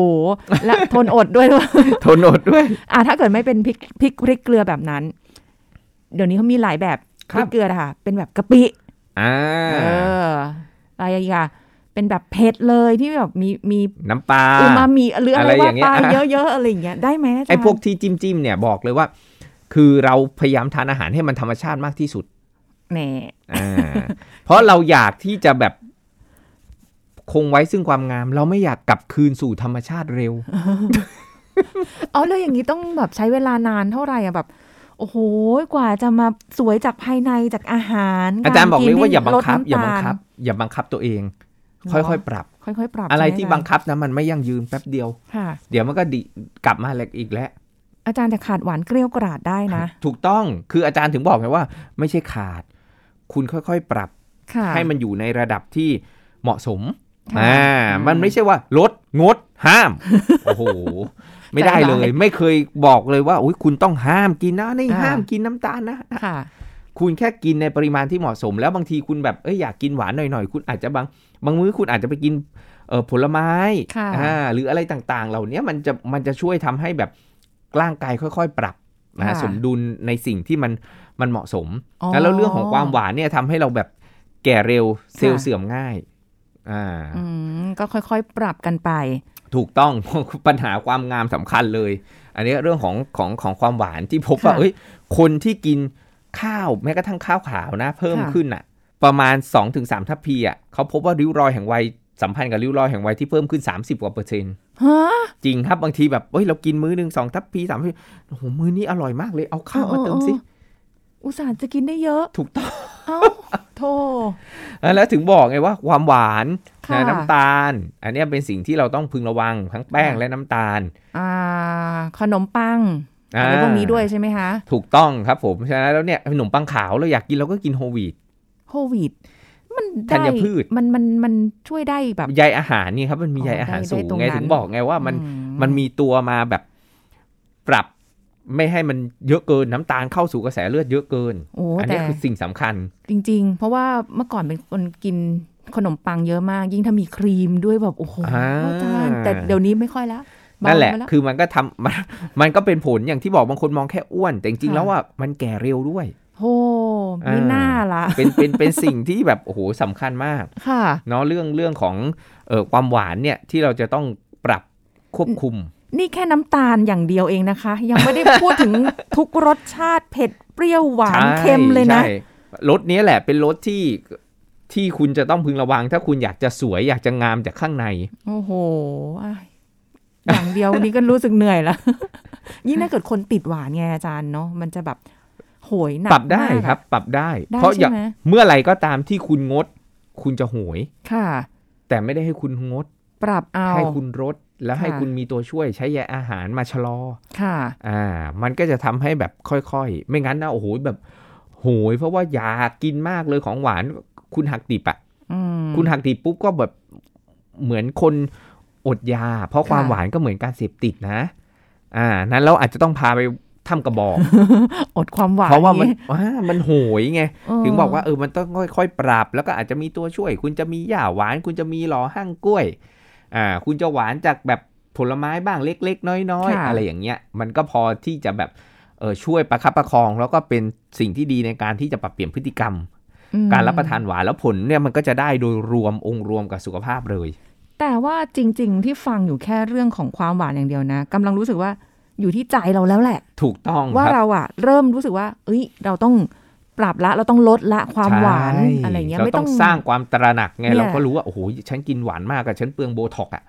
Speaker 3: และทนอดด้วย *laughs* ด้วย
Speaker 2: ทนอดด้วย
Speaker 3: อ่าถ้าเกิดไม่เป็นพริกพริกพริกเกลือแบบนั้น เดี๋ยวนี้เขามีหลายแบบ
Speaker 2: ค
Speaker 3: พ
Speaker 2: รับ
Speaker 3: ริกเกลือนะคะเป็นแบบกะปิ
Speaker 2: อ่า
Speaker 3: เอออะไรอีกอ่ะเป็นแบบเผ็ดเลยที่แบบมีมี
Speaker 2: น้ำปลา
Speaker 3: อูมามิหรืออะ
Speaker 2: อะ
Speaker 3: ไร
Speaker 2: ไรอ
Speaker 3: ว่า
Speaker 2: ย่างเงี้
Speaker 3: ไป
Speaker 2: ย
Speaker 3: เยอะๆอะไรอย่างเงี้ยได้ไหมอาจารย์
Speaker 2: ไอ้พวกที่จิ้มจิ้มๆเนี่ยบอกเลยว่า คือเราพยายามทานอาหารให้มันธรรมชาติมากที่สุด
Speaker 3: แหน่
Speaker 2: อ่า เพราะเราอยากที่จะแบบคงไว้ซึ่งความงาม เราไม่อยากกลับคืนสู่ธรรมชาติเร็ว
Speaker 3: เอาแล้วอย่างนี้ต้องแบบใช้เวลานานเท่าไหร่อ่ะแบบ โอ้โหกว่าจะมาสวยจากภายในจากอาหาร
Speaker 2: อาจารย์บอกเลยว่าอย่าบังคับ
Speaker 3: ลดน้ำตล
Speaker 2: อย่าบังคับ อย่าบังคับตัวเอง
Speaker 3: เน
Speaker 2: ค่อยๆ ปรับ
Speaker 3: ค่อยๆปรับ
Speaker 2: อะไรที่
Speaker 3: ใช่หม
Speaker 2: บังคับนะมันไม่ยั่งยืนแป๊บเดียว
Speaker 3: ค่ะ
Speaker 2: เดี๋ยวมันก็ดิกลับมาแหลกอีกแล้ว
Speaker 3: อาจารย์จะขาดหวานเกรี้ยวกราดได้นะ
Speaker 2: ถูกต้องคืออาจารย์ถึงบอกไงว่า ไม่ใช่ขาด คุณค่อยๆ ปรับ
Speaker 3: ค่ะ
Speaker 2: ให้มันอยู่ในระดับที่เหมาะสม
Speaker 3: ค่ะ
Speaker 2: อ่า
Speaker 3: อืม
Speaker 2: มันไม่ใช่ว่าลดงดห้าม
Speaker 3: *laughs*
Speaker 2: โอ้โห ไม่ได้เลย ไม่เคยบอกเลยว่าอุยคุณต้องห้ามกินนะนี่
Speaker 3: อ่า
Speaker 2: ห้ามกินน้ำตาลนะ
Speaker 3: ค่ะ
Speaker 2: คุณแค่กินในปริมาณที่เหมาะสม แล้วบางทีคุณแบบเอ้ยอยากกินหวานหน่อยๆ คุณอาจจะบางบางมื้อคุณอาจจะไปกินเอ่อผลไม้
Speaker 3: ค่ะ
Speaker 2: อ่าหรืออะไรต่างๆ เหล่านี้มันจะมันจะช่วยทำให้แบบร่างกายค่อยๆ ปรับนะฮะ
Speaker 3: ค่ะ
Speaker 2: สมดุลในสิ่งที่มันมันเหมาะสม
Speaker 3: อ๋อ
Speaker 2: นะแล้วเรื่องของความหวานเนี่ยทำให้เราแบบแก่เร็วเซลล์
Speaker 3: ค่ะ
Speaker 2: เสื่อมง่ายอ่า
Speaker 3: อืมก็ค่อยๆ ปรับกันไป
Speaker 2: ถูกต้อง *laughs* ปัญหาความงามสำคัญเลย อันนี้เรื่องของของของความหวานที่พบว่า
Speaker 3: ค่ะ
Speaker 2: เอ้ยคนที่กินข้าวแม้กระทั่งข้าวขาวนะ เพิ่ม
Speaker 3: ค่ะ
Speaker 2: ขึ้นอ่ะ ประมาณ 2-3 ทัพพีอ่ะเขาพบว่าริ้วรอยแห่งวัยสัมพันธ์กับริ้วรอยแห่งวัยที่เพิ่มขึ้น 30กว่าเปอร์เซ็นต์
Speaker 3: ฮะ
Speaker 2: จริงครับบางทีแบบเอ้ยเรากินมื้อหนึ่งสองทัพพีสามทัพพีโอ้โหมื้อนี้อร่อยมากเลยเอาข้าวมาเติมสิ
Speaker 3: เออ อุตส่าห์จะกินได้เยอะ
Speaker 2: ถูกต้อง
Speaker 3: เอ้า โท
Speaker 2: *laughs* แล้วถึงบอกไงว่าความหวาน
Speaker 3: ค่ะ
Speaker 2: นะน้ำตาล อันเนี้ยเป็นสิ่งที่เราต้องพึงระวังทั้งแป้งและน้ำตาล
Speaker 3: อ่า ขนมปัง
Speaker 2: อ่า
Speaker 3: อะไรพวกนี้ด้วยใช่ไหมคะ
Speaker 2: ถูกต้องครับผมฉะนั้นแล้วเนี่ยขนมปังขาวเราอยากกินเราก็กินโฮลวีต
Speaker 3: โควิด มัน
Speaker 2: ธั
Speaker 3: ได้
Speaker 2: ญพืช
Speaker 3: มันมันมันช่วยได้แบบ
Speaker 2: ใยอาหารนี่ครับมันมี
Speaker 3: อ๋อ
Speaker 2: ใยอาหาร
Speaker 3: ได้ได้
Speaker 2: สูง
Speaker 3: ตรง
Speaker 2: ไง
Speaker 3: นั้น
Speaker 2: ถึงบอกไงว่ามัน
Speaker 3: อื
Speaker 2: มันมีตัวมาแบบปรับไม่ให้มันเยอะเกินน้ำตาลเข้าสู่กระแสเลือดเยอะเกิน
Speaker 3: โอ้
Speaker 2: อัน
Speaker 3: แต่
Speaker 2: เนี้ยคือสิ่งสำคัญ
Speaker 3: จริง ๆ เพราะว่าเมื่อก่อนเป็นคนกินขนมปังเยอะมาก ยิ่งถ้ามีครีมด้วยแบบ โอ้โห
Speaker 2: อ่า
Speaker 3: อาจารย์แต่เดี๋ยวนี้ไม่ค่อยแล้วเบา
Speaker 2: นั่นแหละ
Speaker 3: ไปว
Speaker 2: คือมันก็ทำ *laughs* มันมันก็เป็นผลอย่างที่บอกบางคนมองแค่อ้วน แต่จริงๆ
Speaker 3: ค่ะ
Speaker 2: แล้วว่ามันแก่เร็วด้วย
Speaker 3: โอ้ไม่
Speaker 2: อ่า
Speaker 3: น่าละ
Speaker 2: เป็น เป็นเป็นสิ่งที่แบบโอ้โหสำคัญมาก
Speaker 3: ค่ะ
Speaker 2: เนาะเรื่องเรื่องของเอ่อความหวานเนี่ยที่เราจะต้องปรับควบคุม
Speaker 3: นี่แค่น้ำตาลอย่างเดียวเองนะคะ ยังไม่ได้พูดถึง ทุกรสชาติเผ็ดเปรี้ยวหวานเค็มเลยนะ
Speaker 2: ใช่รถนี้แหละเป็นรถที่ที่คุณจะต้องพึงระวัง ถ้าคุณอยากจะสวยอยากจะงามจากข้างใน
Speaker 3: โอ้โหอ้ายอย่างเดียวนี้ก็รู้สึกเหนื่อยแล้ว *laughs* ยิ่งถ้าเกิดคนติดหวานไงอาจารย์เนาะมันจะแบบโหยหนัก
Speaker 2: ปรับได้
Speaker 3: มากอะ
Speaker 2: ครับ ปรับได้
Speaker 3: ได้
Speaker 2: เพราะอย่า
Speaker 3: ใช่ไหม
Speaker 2: เมื่อไหร่ก็ตามที่คุณงด คุณจะโหย
Speaker 3: ค่ะ
Speaker 2: แต่ไม่ได้ให้คุณงด
Speaker 3: ปรับเอา
Speaker 2: ให้คุณลดแล้วให้
Speaker 3: ค่ะ
Speaker 2: คุณมีตัวช่วยใช้ยาอาหารมาชะลอ
Speaker 3: ค่ะ
Speaker 2: อ่า มันก็จะทำให้แบบค่อยๆ ไม่งั้นนะโอ้โหแบบโหย เพราะว่าอยากกินมากเลยของหวาน คุณหักดิบอ่ะ
Speaker 3: อืม
Speaker 2: คุณหักดิบปุ๊บก็แบบเหมือนคนอดยา เพราะความ
Speaker 3: ค่ะ
Speaker 2: หวานก็เหมือนการเสพติดนะ อ่า นั้นเราอาจจะต้องพาไปถ้ำกระบอก
Speaker 3: อดความหวาน
Speaker 2: เพราะว่ามัน
Speaker 3: อย่งงี้
Speaker 2: อ่ามันโหยไง
Speaker 3: เ
Speaker 2: ถึงบอกว่าเออมันต้องค่อยๆ ปรับ แล้วก็อาจจะมีตัวช่วย คุณจะมีหญ้าหวาน คุณจะมีหล่อห้างกล้วยอ่าคุณจะหวานจากแบบผลไม้บ้างเล็ก ๆ น้อยๆ
Speaker 3: ค่ะ
Speaker 2: อะไรอย่างเงี้ยมันก็พอที่จะแบบเออช่วยประคับประคอง แล้วก็เป็นสิ่งที่ดีในการที่จะปรับเปลี่ยนพฤติกรรม
Speaker 3: ม
Speaker 2: การรับประทานหวานแล้วผลเนี่ยมันก็จะได้โดยรวมองค์รวมกับสุขภาพเลย
Speaker 3: แต่ว่าจริง ๆ ที่ฟังอยู่แค่เรื่องของความหวานอย่างเดียวนะกำลังรู้สึกว่าอยู่ที่ใจเราแล้วแหละ
Speaker 2: ถูกต้อง
Speaker 3: ว่า
Speaker 2: ครับ
Speaker 3: เราอะเริ่มรู้สึกว่า เอ้ย เราต้อง ปรับละเราต้องลดละความหวาน
Speaker 2: ใช่
Speaker 3: อะไรเงี้ย
Speaker 2: เรา
Speaker 3: ไม่
Speaker 2: ต้
Speaker 3: ต้
Speaker 2: อ
Speaker 3: อง ง
Speaker 2: สร้างความตระหนักไง
Speaker 3: เนี่ย
Speaker 2: เราก็รู้ว่า โอ้โห ฉันกินหวานมากอะฉันเปลืองโบท็อก
Speaker 3: *laughs*
Speaker 2: อะ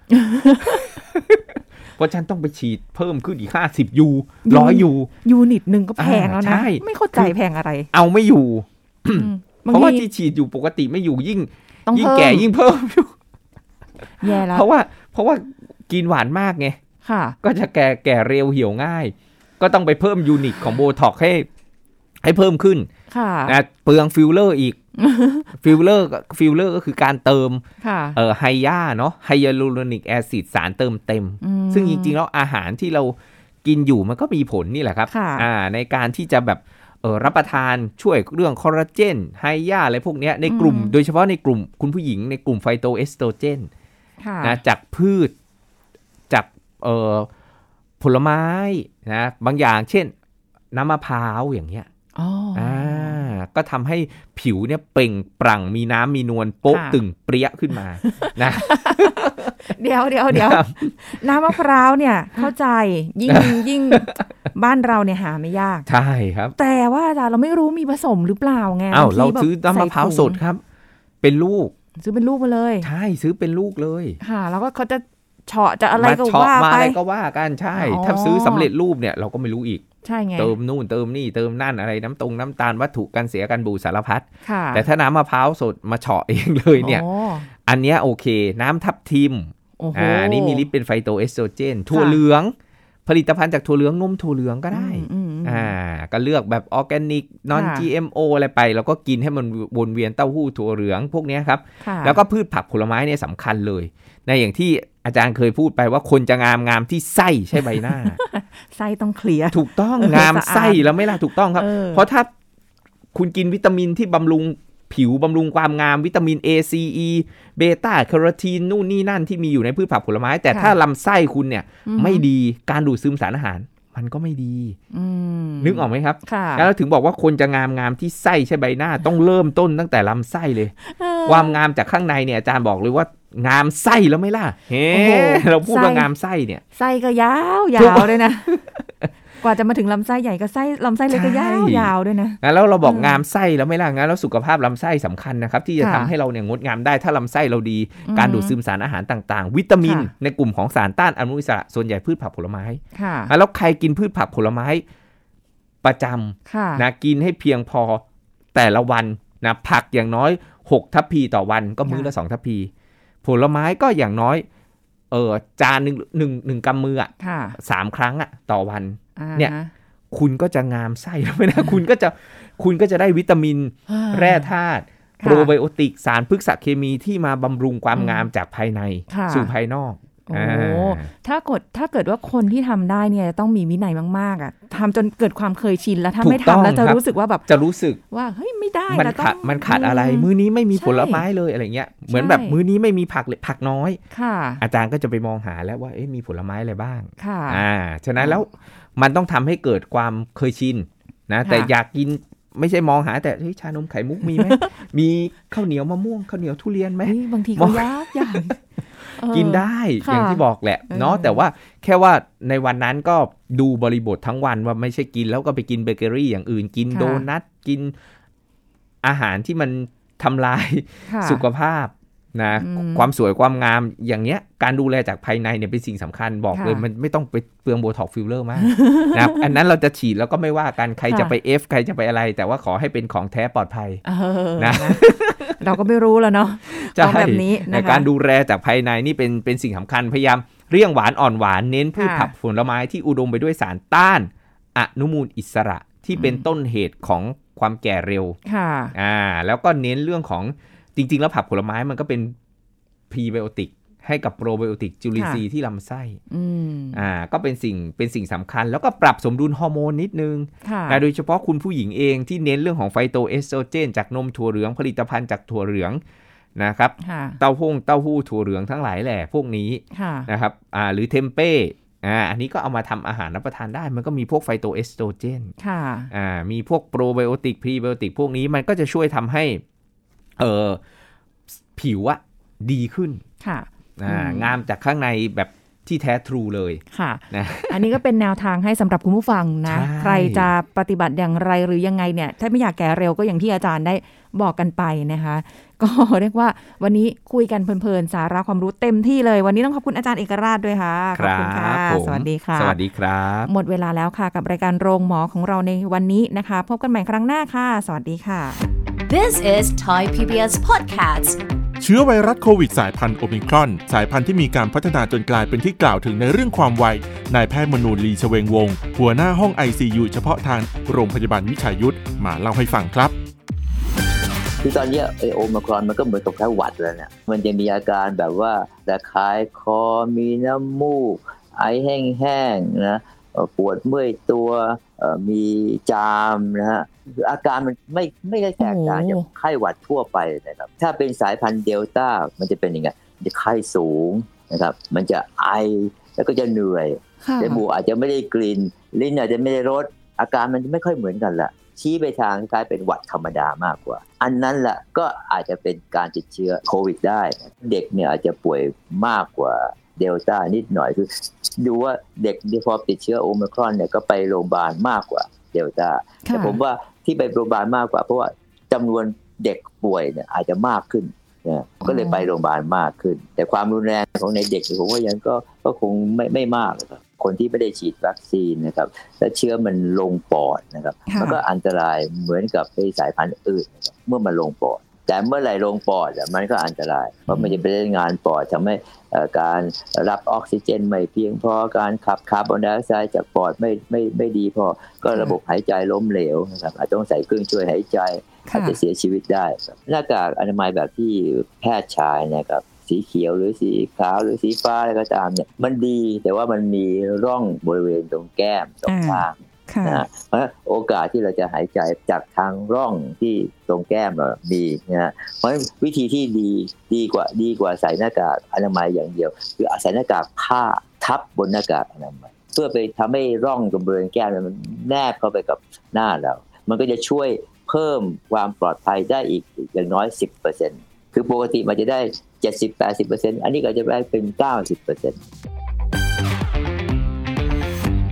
Speaker 2: เพราะฉันต้องไปฉีดเพิ่มขึ้นอีกห้าสิบยูร้อยยู
Speaker 3: ยูนิตหนึ่งก็แพงแล้ว
Speaker 2: อ่า
Speaker 3: นะ
Speaker 2: ใช่
Speaker 3: ไม่เข้าใจแพงอะไร
Speaker 2: เอาไม่อยู่
Speaker 3: อืมบาง
Speaker 2: เพราะว่า
Speaker 3: ที
Speaker 2: ที่ฉีดอยู่ปกติไม่อยู่ยิ่ง
Speaker 3: ต้อง
Speaker 2: ยิ่ง
Speaker 3: เพิ่
Speaker 2: แก่
Speaker 3: ม
Speaker 2: ยิ่งเพิ่ม
Speaker 3: แย่แล้ว
Speaker 2: เพราะว่า เพราะว่ากินหวานมากไง
Speaker 3: ค่ะ
Speaker 2: ก็จะแก่แก่เร็วเหี่ยวง่าย ก็ต้องไปเพิ่มยูนิตของโบท็อกให้ให้เพิ่มขึ้น
Speaker 3: ค่ะ
Speaker 2: นะเปลืองฟิลเลอร์อีก *laughs* ฟิลเลอร์ก็ฟิลเลอร์ก็คือการเติม
Speaker 3: ค่ะ
Speaker 2: เอ่อไฮยาเนาะไฮยาลูโรนิกแอซิดสารเติมเต็ม
Speaker 3: อืม
Speaker 2: ซึ่งจริงๆแล้วอาหารที่เรากินอยู่มันก็มีผลนี่แหละครับ
Speaker 3: ค่ะ
Speaker 2: อ่าในการที่จะแบบเออรับประทานช่วยเรื่องคอลลาเจนไฮยาอะไรพวกเนี้ยในกลุ่ม โดยเฉพาะในกลุ่มคุณผู้หญิงในกลุ่มไฟโตเอสโตรเจน
Speaker 3: ค่ะ
Speaker 2: นะจากพืช จากเอ่อผลไม้นะบางอย่างเช่นน้ำมะพร้าวอย่างเงี้ย
Speaker 3: อ๋ออ
Speaker 2: อ่าก็ทำให้ผิวเนี่ยเปล่งปลั่งมีน้ำมีนวลโป๊ะ
Speaker 3: ค่ะ
Speaker 2: ตึงเปรี้ยขึ้น
Speaker 3: *laughs*
Speaker 2: มา นะ
Speaker 3: เดี๋ยวเดี๋ยวเดี๋ยวน้ำมะพร้าวเนี่ย เข้าใจยิ่งยิ่งบ้านเราเนี่ยหาไม่ยาก
Speaker 2: *laughs* ใช่ครับ
Speaker 3: แต่ว่าอาจารย์เราไม่รู้มีผสมหรือเปล่าไง
Speaker 2: อ้าว
Speaker 3: บงที
Speaker 2: เรา
Speaker 3: แบบ
Speaker 2: ซื้อน้ำมะพร้าว
Speaker 3: ใถุง
Speaker 2: สดครับ เป็นลูก
Speaker 3: ซื้อเป็นลูกมาเลย
Speaker 2: ใช่ซื้อเป็นลูกเลย
Speaker 3: ค่ะ แล้วก็เขาจะเฉาะจะอะไรก็
Speaker 2: มาเฉาะ
Speaker 3: ว่า
Speaker 2: มา
Speaker 3: ไป
Speaker 2: อะไรก็ว่ากันใช่
Speaker 3: อ๋อ
Speaker 2: ถ้าซื้อสำเร็จรูปเนี่ยเราก็ไม่รู้อีก
Speaker 3: ใช่ไง
Speaker 2: เติมนู่นเติมนี่เติมนั่นอะไรน้ำตรงน้ำตาลวัตถุกันเสียกันบูดสารพัด
Speaker 3: ค่ะ
Speaker 2: แต่ถ้าน้ำมะพร้าวสดมาเฉาะเองเลยเนี่ย
Speaker 3: อ๋อ
Speaker 2: อันเนี้ยโอเค น้ำทับทิม
Speaker 3: โอ้โห
Speaker 2: อ่านี่มีลิปเป็นไฟโตเอสโตรเจน ถั่ว
Speaker 3: ค่ะ
Speaker 2: เหลือง ผลิตภัณฑ์จากถั่วเหลืองนมถั่วเหลืองก็ได้
Speaker 3: อืมอืม
Speaker 2: อ่า ก็เลือกแบบออร์แกนิก นอน
Speaker 3: ค่ะ
Speaker 2: GMO อะไรไป แล้วก็กินให้มันวนเวียนเต้าหู้ถั่วเหลืองพวกเนี้ยครับ
Speaker 3: ค่ะ
Speaker 2: แล้วก็พืชผักผลไม้เนี่ยสำคัญเลย ในอย่างที่อาจารย์เคยพูดไปว่าคนจะงามงามที่ไส้ใช่ใบ
Speaker 3: *laughs*
Speaker 2: หน้า
Speaker 3: ไส้ต้องเคลียร์
Speaker 2: ถูกต้อง
Speaker 3: เออง
Speaker 2: าม
Speaker 3: สะอาด
Speaker 2: ไส้แล้วไหม่ล่ะถูกต้องครับ
Speaker 3: เออ
Speaker 2: เพราะถ้าคุณกินวิตามินที่บำรุงผิวบำรุงความงามวิตามิน A C E เบต้าแคโรทีนนู่นนี่นั่นที่มีอยู่ในพืชผักผลไม้ แต่ถ้าลำไส้คุณเนี่ยไม่ดีการดูดซึมสารอาหาร มันก็ไม่ดี
Speaker 3: อืม
Speaker 2: นึกออกไหมครับ
Speaker 3: ค่ะ
Speaker 2: แล้วเราถึงบอกว่าคนจะงามงามที่ไส้ใช่ใบหน้า ต้องเริ่มต้นตั้งแต่ลำไส้เลย
Speaker 3: เออ
Speaker 2: ความงามจากข้างในเนี่ยอาจารย์บอกเลยว่างามไส้แล้วไหม่ล่ะเฮ้
Speaker 3: โอ้โห
Speaker 2: เราพูดว่า
Speaker 3: ไส้
Speaker 2: งามไส้เนี่ย
Speaker 3: ไส้ก็ยาว
Speaker 2: ถูก
Speaker 3: ยาวเลยนะ *laughs* กว่าจะมาถึงลำไส้ใหญ่ก็ไส้ลำไส้เล็กก็
Speaker 2: ใช่
Speaker 3: ยาวยาวด้วยนะ
Speaker 2: งั้นแล้วเราบอ
Speaker 3: เออง
Speaker 2: กามไส้แล้วไหม่ล่ะงั้นแล้วสุขภาพลำไส้สำคัญนะครับ ที่จะ
Speaker 3: ค่ะ
Speaker 2: ทำให้เราเนี่ยงดงามได้ถ้าลำไส้เราดี
Speaker 3: อือฮึ
Speaker 2: การดูดซึมสารอาหารต่างๆ วิตามิน
Speaker 3: ค่ะ
Speaker 2: ในกลุ่มของสารต้านอนุมูลอิสระส่วนใหญ่พืชผักผลไม้
Speaker 3: ค่ะ
Speaker 2: อ่ะแล้วใครกินพืชผักผลไม้ ประจ
Speaker 3: ค่ะ
Speaker 2: ำนะกินให้เพียงพอแต่ละวันนะผักอย่างน้อย 6 ทัพพีต่อวันก็มื้อ
Speaker 3: ค่ะ
Speaker 2: ละ 2 ทัพพี ผลไม้ก็อย่างน้อยเออจานหนึ่งหนึ่งหนึ่งกำมืออะ
Speaker 3: ค่ะ
Speaker 2: สามครั้งอะต่อวัน
Speaker 3: อ่า
Speaker 2: เนี่ย
Speaker 3: ฮะ
Speaker 2: คุณก็จะงามไส้ *laughs* แล้วไหม่ล่ะคุณก็จะคุณก็จะได้วิตามิน แร่ธาตุ
Speaker 3: ค่ะ
Speaker 2: โปรไบโอติกสารพฤกษเคมีที่มาบำรุงความงามจากภายใน
Speaker 3: ค่ะ
Speaker 2: สู่ภายนอก
Speaker 3: โอ้
Speaker 2: อ่า
Speaker 3: ถ้ากดถ้าเกิดว่าคนที่ทำได้เนี่ยต้องมีวินัยมากๆอ่ะทำจนเกิดความเคยชินแล้วถ้าไม่ทำแล้วจะรู้สึกว่าแบบ
Speaker 2: จะรู้สึก
Speaker 3: ว่าเฮ้ยไม่ได้
Speaker 2: มัน
Speaker 3: เราต้อ
Speaker 2: ขาด
Speaker 3: ง
Speaker 2: มันขาดอะไร มื้อนี้ไม่มี
Speaker 3: ใช่
Speaker 2: ผลไม้เลยอะไรเงี้ยเหมือนแบบ
Speaker 3: ใช่
Speaker 2: มื้อนี้ไม่มีผักเลยผักน้อย
Speaker 3: ค่ะ
Speaker 2: อาจารย์ก็จะไปมองหาแล้วว่าเอ๊ะมีผลไม้อะไรบ้าง
Speaker 3: ค่ะ
Speaker 2: อ่าฉะนั้นแล้วมันต้องทำให้เกิดความเคยชินนะแต่
Speaker 3: ค่ะ
Speaker 2: อยากกินไม่ใช่มองหา แต่เฮ้ยชานมไข่มุก
Speaker 3: *laughs*
Speaker 2: มีไหม มีข้าวเหนียวมะม่วงข้าวเหนียวทุเรียนไหม
Speaker 3: เฮ้ยบางที
Speaker 2: ม
Speaker 3: ก็
Speaker 2: อง
Speaker 3: ยากยากเออ
Speaker 2: *laughs* กินได้
Speaker 3: ค่ะ
Speaker 2: อย่างที่บอกแหละ
Speaker 3: เออ
Speaker 2: เนาะแต่ว่าแค่ว่าในวันนั้นก็ดูบริบททั้งวันว่าไม่ใช่กินแล้วก็ไปกินเบเกอรี่อย่างอื่นกินโดนัทกินอาหารที่มันทำลาย
Speaker 3: ค่ะ
Speaker 2: *laughs* สุขภาพนะ
Speaker 3: อืม
Speaker 2: ความสวยความงามอย่างเนี้ย การดูแลจากภายในเนี่ยเป็นสิ่งสำคัญบอก
Speaker 3: ค่ะ
Speaker 2: เลยมันไม่ต้องไปเปลืองโบท็อกฟิลเลอร์
Speaker 3: *laughs*
Speaker 2: มาก นะครับอันนั้นเราจะฉีดแล้วก็ไม่ว่ากันใคร
Speaker 3: ค่ะ
Speaker 2: จะไปเอฟใครจะไปอะไร แต่ว่าขอให้เป็นของแท้ปลอดภัย
Speaker 3: เออ
Speaker 2: นะ
Speaker 3: นะเราก็ไม่รู้แล้วเนาะ
Speaker 2: ใช่
Speaker 3: ของแบบนี้นะคะ
Speaker 2: การดูแลจากภายในนี่เป็นเป็นสิ่งสำคัญพยายามเรี่ยงหวานอ่อนหวานเน้นพืช
Speaker 3: ค่ะ
Speaker 2: ผักผลไม้ที่อุดมไปด้วยสารต้านอนุมูลอิสระที่เป็น
Speaker 3: อืม
Speaker 2: ต้นเหตุของความแก่เร็ว
Speaker 3: ค่ะ
Speaker 2: อ่าแล้วก็เน้นเรื่องของจริง ๆ แล้วผักผลไม้มันก็เป็นพรีไบโอติกให้กับโปรไบโอติกจุลินทรีย์ที่ลำไส้
Speaker 3: อืม
Speaker 2: อ่าก็เป็นสิ่งเป็นสิ่งสำคัญ แล้วก็ปรับสมดุลฮอร์โมนนิดนึง
Speaker 3: ค่ะ
Speaker 2: นะโดยเฉพาะคุณผู้หญิงเองที่เน้นเรื่องของไฟโตเอสโตรเจน จากนมถั่วเหลืองผลิตภัณฑ์จากถั่วเหลืองนะครับ
Speaker 3: ค่ะ
Speaker 2: เต้าหู้เต้าหู้ถั่วเหลืองทั้งหลายแหล่พวกนี้
Speaker 3: ค่ะ
Speaker 2: นะครับอ่าหรือเทมเป้อ่าอันนี้ก็เอามาทำอาหารรับประทานได้ มันก็มีพวกไฟโตเอสโตรเจน
Speaker 3: ค่ะ
Speaker 2: อ่ามีพวกโปรไบโอติกพรีไบโอติกพวกนี้มันก็จะช่วยทำให้เอ่อผิวอะดีขึ้น
Speaker 3: ค่ะ
Speaker 2: อ่า
Speaker 3: อืม
Speaker 2: งามจากข้างในแบบ ที่แท้ทรูเลย
Speaker 3: ค่ะ
Speaker 2: นะ
Speaker 3: อันนี้ก็เป็นแนวทางให้สำหรับคุณผู้ฟังนะ
Speaker 2: ใช่
Speaker 3: ใครจะปฏิบัติอย่างไรหรือยังไงเนี่ย ถ้าไม่อยากแก่เร็วก็อย่างที่อาจารย์ได้บอกกันไปนะคะ *laughs* ก็ เรียกว่าวันนี้คุยกันเพลินๆ สาระความรู้เต็มที่เลย วันนี้ต้องขอบคุณอาจารย์เอกราชด้วยค่ะ ขอบคุณค่ะ
Speaker 2: ผม
Speaker 3: สวัสดีค่ะ
Speaker 2: สวัสดีครับ
Speaker 3: หมดเวลาแล้วค่ะกับรายการโรงหมอของเราในวันนี้นะคะ พบกันใหม่ครั้งหน้าค่ะ สวัสดีค่ะ
Speaker 1: This is Thai PBS Podcast
Speaker 4: เชื้อไวรัสโควิดสายพันธุ์โอมิครอน สายพันธุ์ที่มีการพัฒนาจนกลายเป็นที่กล่าวถึงในเรื่องความไวนายแพทย์มนูลลีชเวงวงศ์หัวหน้าห้อง ICU เฉพาะทางโรงพยาบาลวิชัยยุทธมาเล่าให้ฟังครับ
Speaker 5: คือตอนเนี้ยไอโอมครอนมันก็เหมือนกับแค่หวัดแล้วเนี่ย มันจะมีอาการแบบว่าระคายคอ มีน้ำมูก ไอแห้งๆนะเอ่อปวดเมื่อยตัวเอ่อมีจามนะฮะคืออาการมันไม่ไม่ได้แตกต่าง
Speaker 3: โอ้
Speaker 5: จา
Speaker 3: โห
Speaker 5: กไข้หวัดทั่วไปนะครับ ถ้าเป็นสายพันธุ์เดลต้ามันจะเป็นยังไงมันจะไข้สูงนะครับ มันจะไอแล้วก็จะเหนื่อย
Speaker 3: ค่ะ
Speaker 5: จมูกอาจจะไม่ได้กลิ่นลิ้นอาจจะไม่ได้รสอาการมันไม่ค่อยเหมือนกันละชี้ไปทางกลายเป็นหวัดธรรมดามากกว่า อันนั้นละก็อาจจะเป็นการติดเชื้อโควิดได้ เด็กเนี่ยอาจจะป่วยมากกว่าเดลต้านิดหน่อยคือ ดูว่าเด็กที่พอติดเชื้อโอมครอนเนี่ยก็ไปโรงพยาบาลมากกว่าเดลต้าแต่ผมว่าที่ไปโรงพยาบาลมากกว่า เพราะว่าจำนวนเด็กป่วยเนี่ยอาจจะมากขึ้นนะก็เลยไปโรงพยาบาลมากขึ้น แต่ความรุนแรงของในเด็กเนี่ยผมว่ายังก็ก็คงไม่ไม่มากหรอกครับ คนที่ไม่ได้ฉีดวัคซีนนะครับ และเชื้อมันลงปอดนะครับ
Speaker 3: ค่ะ
Speaker 5: มันก็อันตรายเหมือนกับไอ้สายพันธุ์อื่นนะครับเมื่อมันลงปอด แต่เมื่อไหร่ลงปอดอะมันก็อันตราย เพราะมันจะไปเล่นงานปอดทำให้เอ่อการรับออกซิเจนไม่เพียงพอการขับคาร์บอนไดออกไซด์จากปอดไม่ไม่ไม่ดีพอ ก็ระบบหายใจล้มเหลวนะครับอาจต้องใส่เครื่องช่วยหายใจ
Speaker 3: ค่ะ
Speaker 5: อาจจะเสียชีวิตได้ครับหน้ากากอนามัยแบบที่แพทย์ใชายนะครับ สีเขียวหรือสีขาวหรือสีฟ้าอะไรก็ตามเนี่ยมันดีแต่ว่ามันมีร่องบริเวณตรงแก้มสอง
Speaker 3: อ่า
Speaker 5: ข้าง
Speaker 3: ค่ะ
Speaker 5: นะฮะเพราะฉะนั้นโอกาสที่เราจะหายใจจากทางร่องที่ตรงแก้มเรามีนะฮะเพราะฉะนั้นวิธีที่ดีดีกว่าดีกว่าใส่หน้ากากอนามัยอย่างเดียว คือเอาใส่หน้ากากผ้าทับบนหน้ากากอนามัยเพื่อไปทำให้ร่องตรงบริเวณแก้มเนี่ยมันแนบเข้าไปกับหน้าเรา มันก็จะช่วยเพิ่มความปลอดภัยได้อีกอย่างน้อย 10%คือปกติมันจะได้ 70-80%อันนี้ก็จะได้เป็น 90%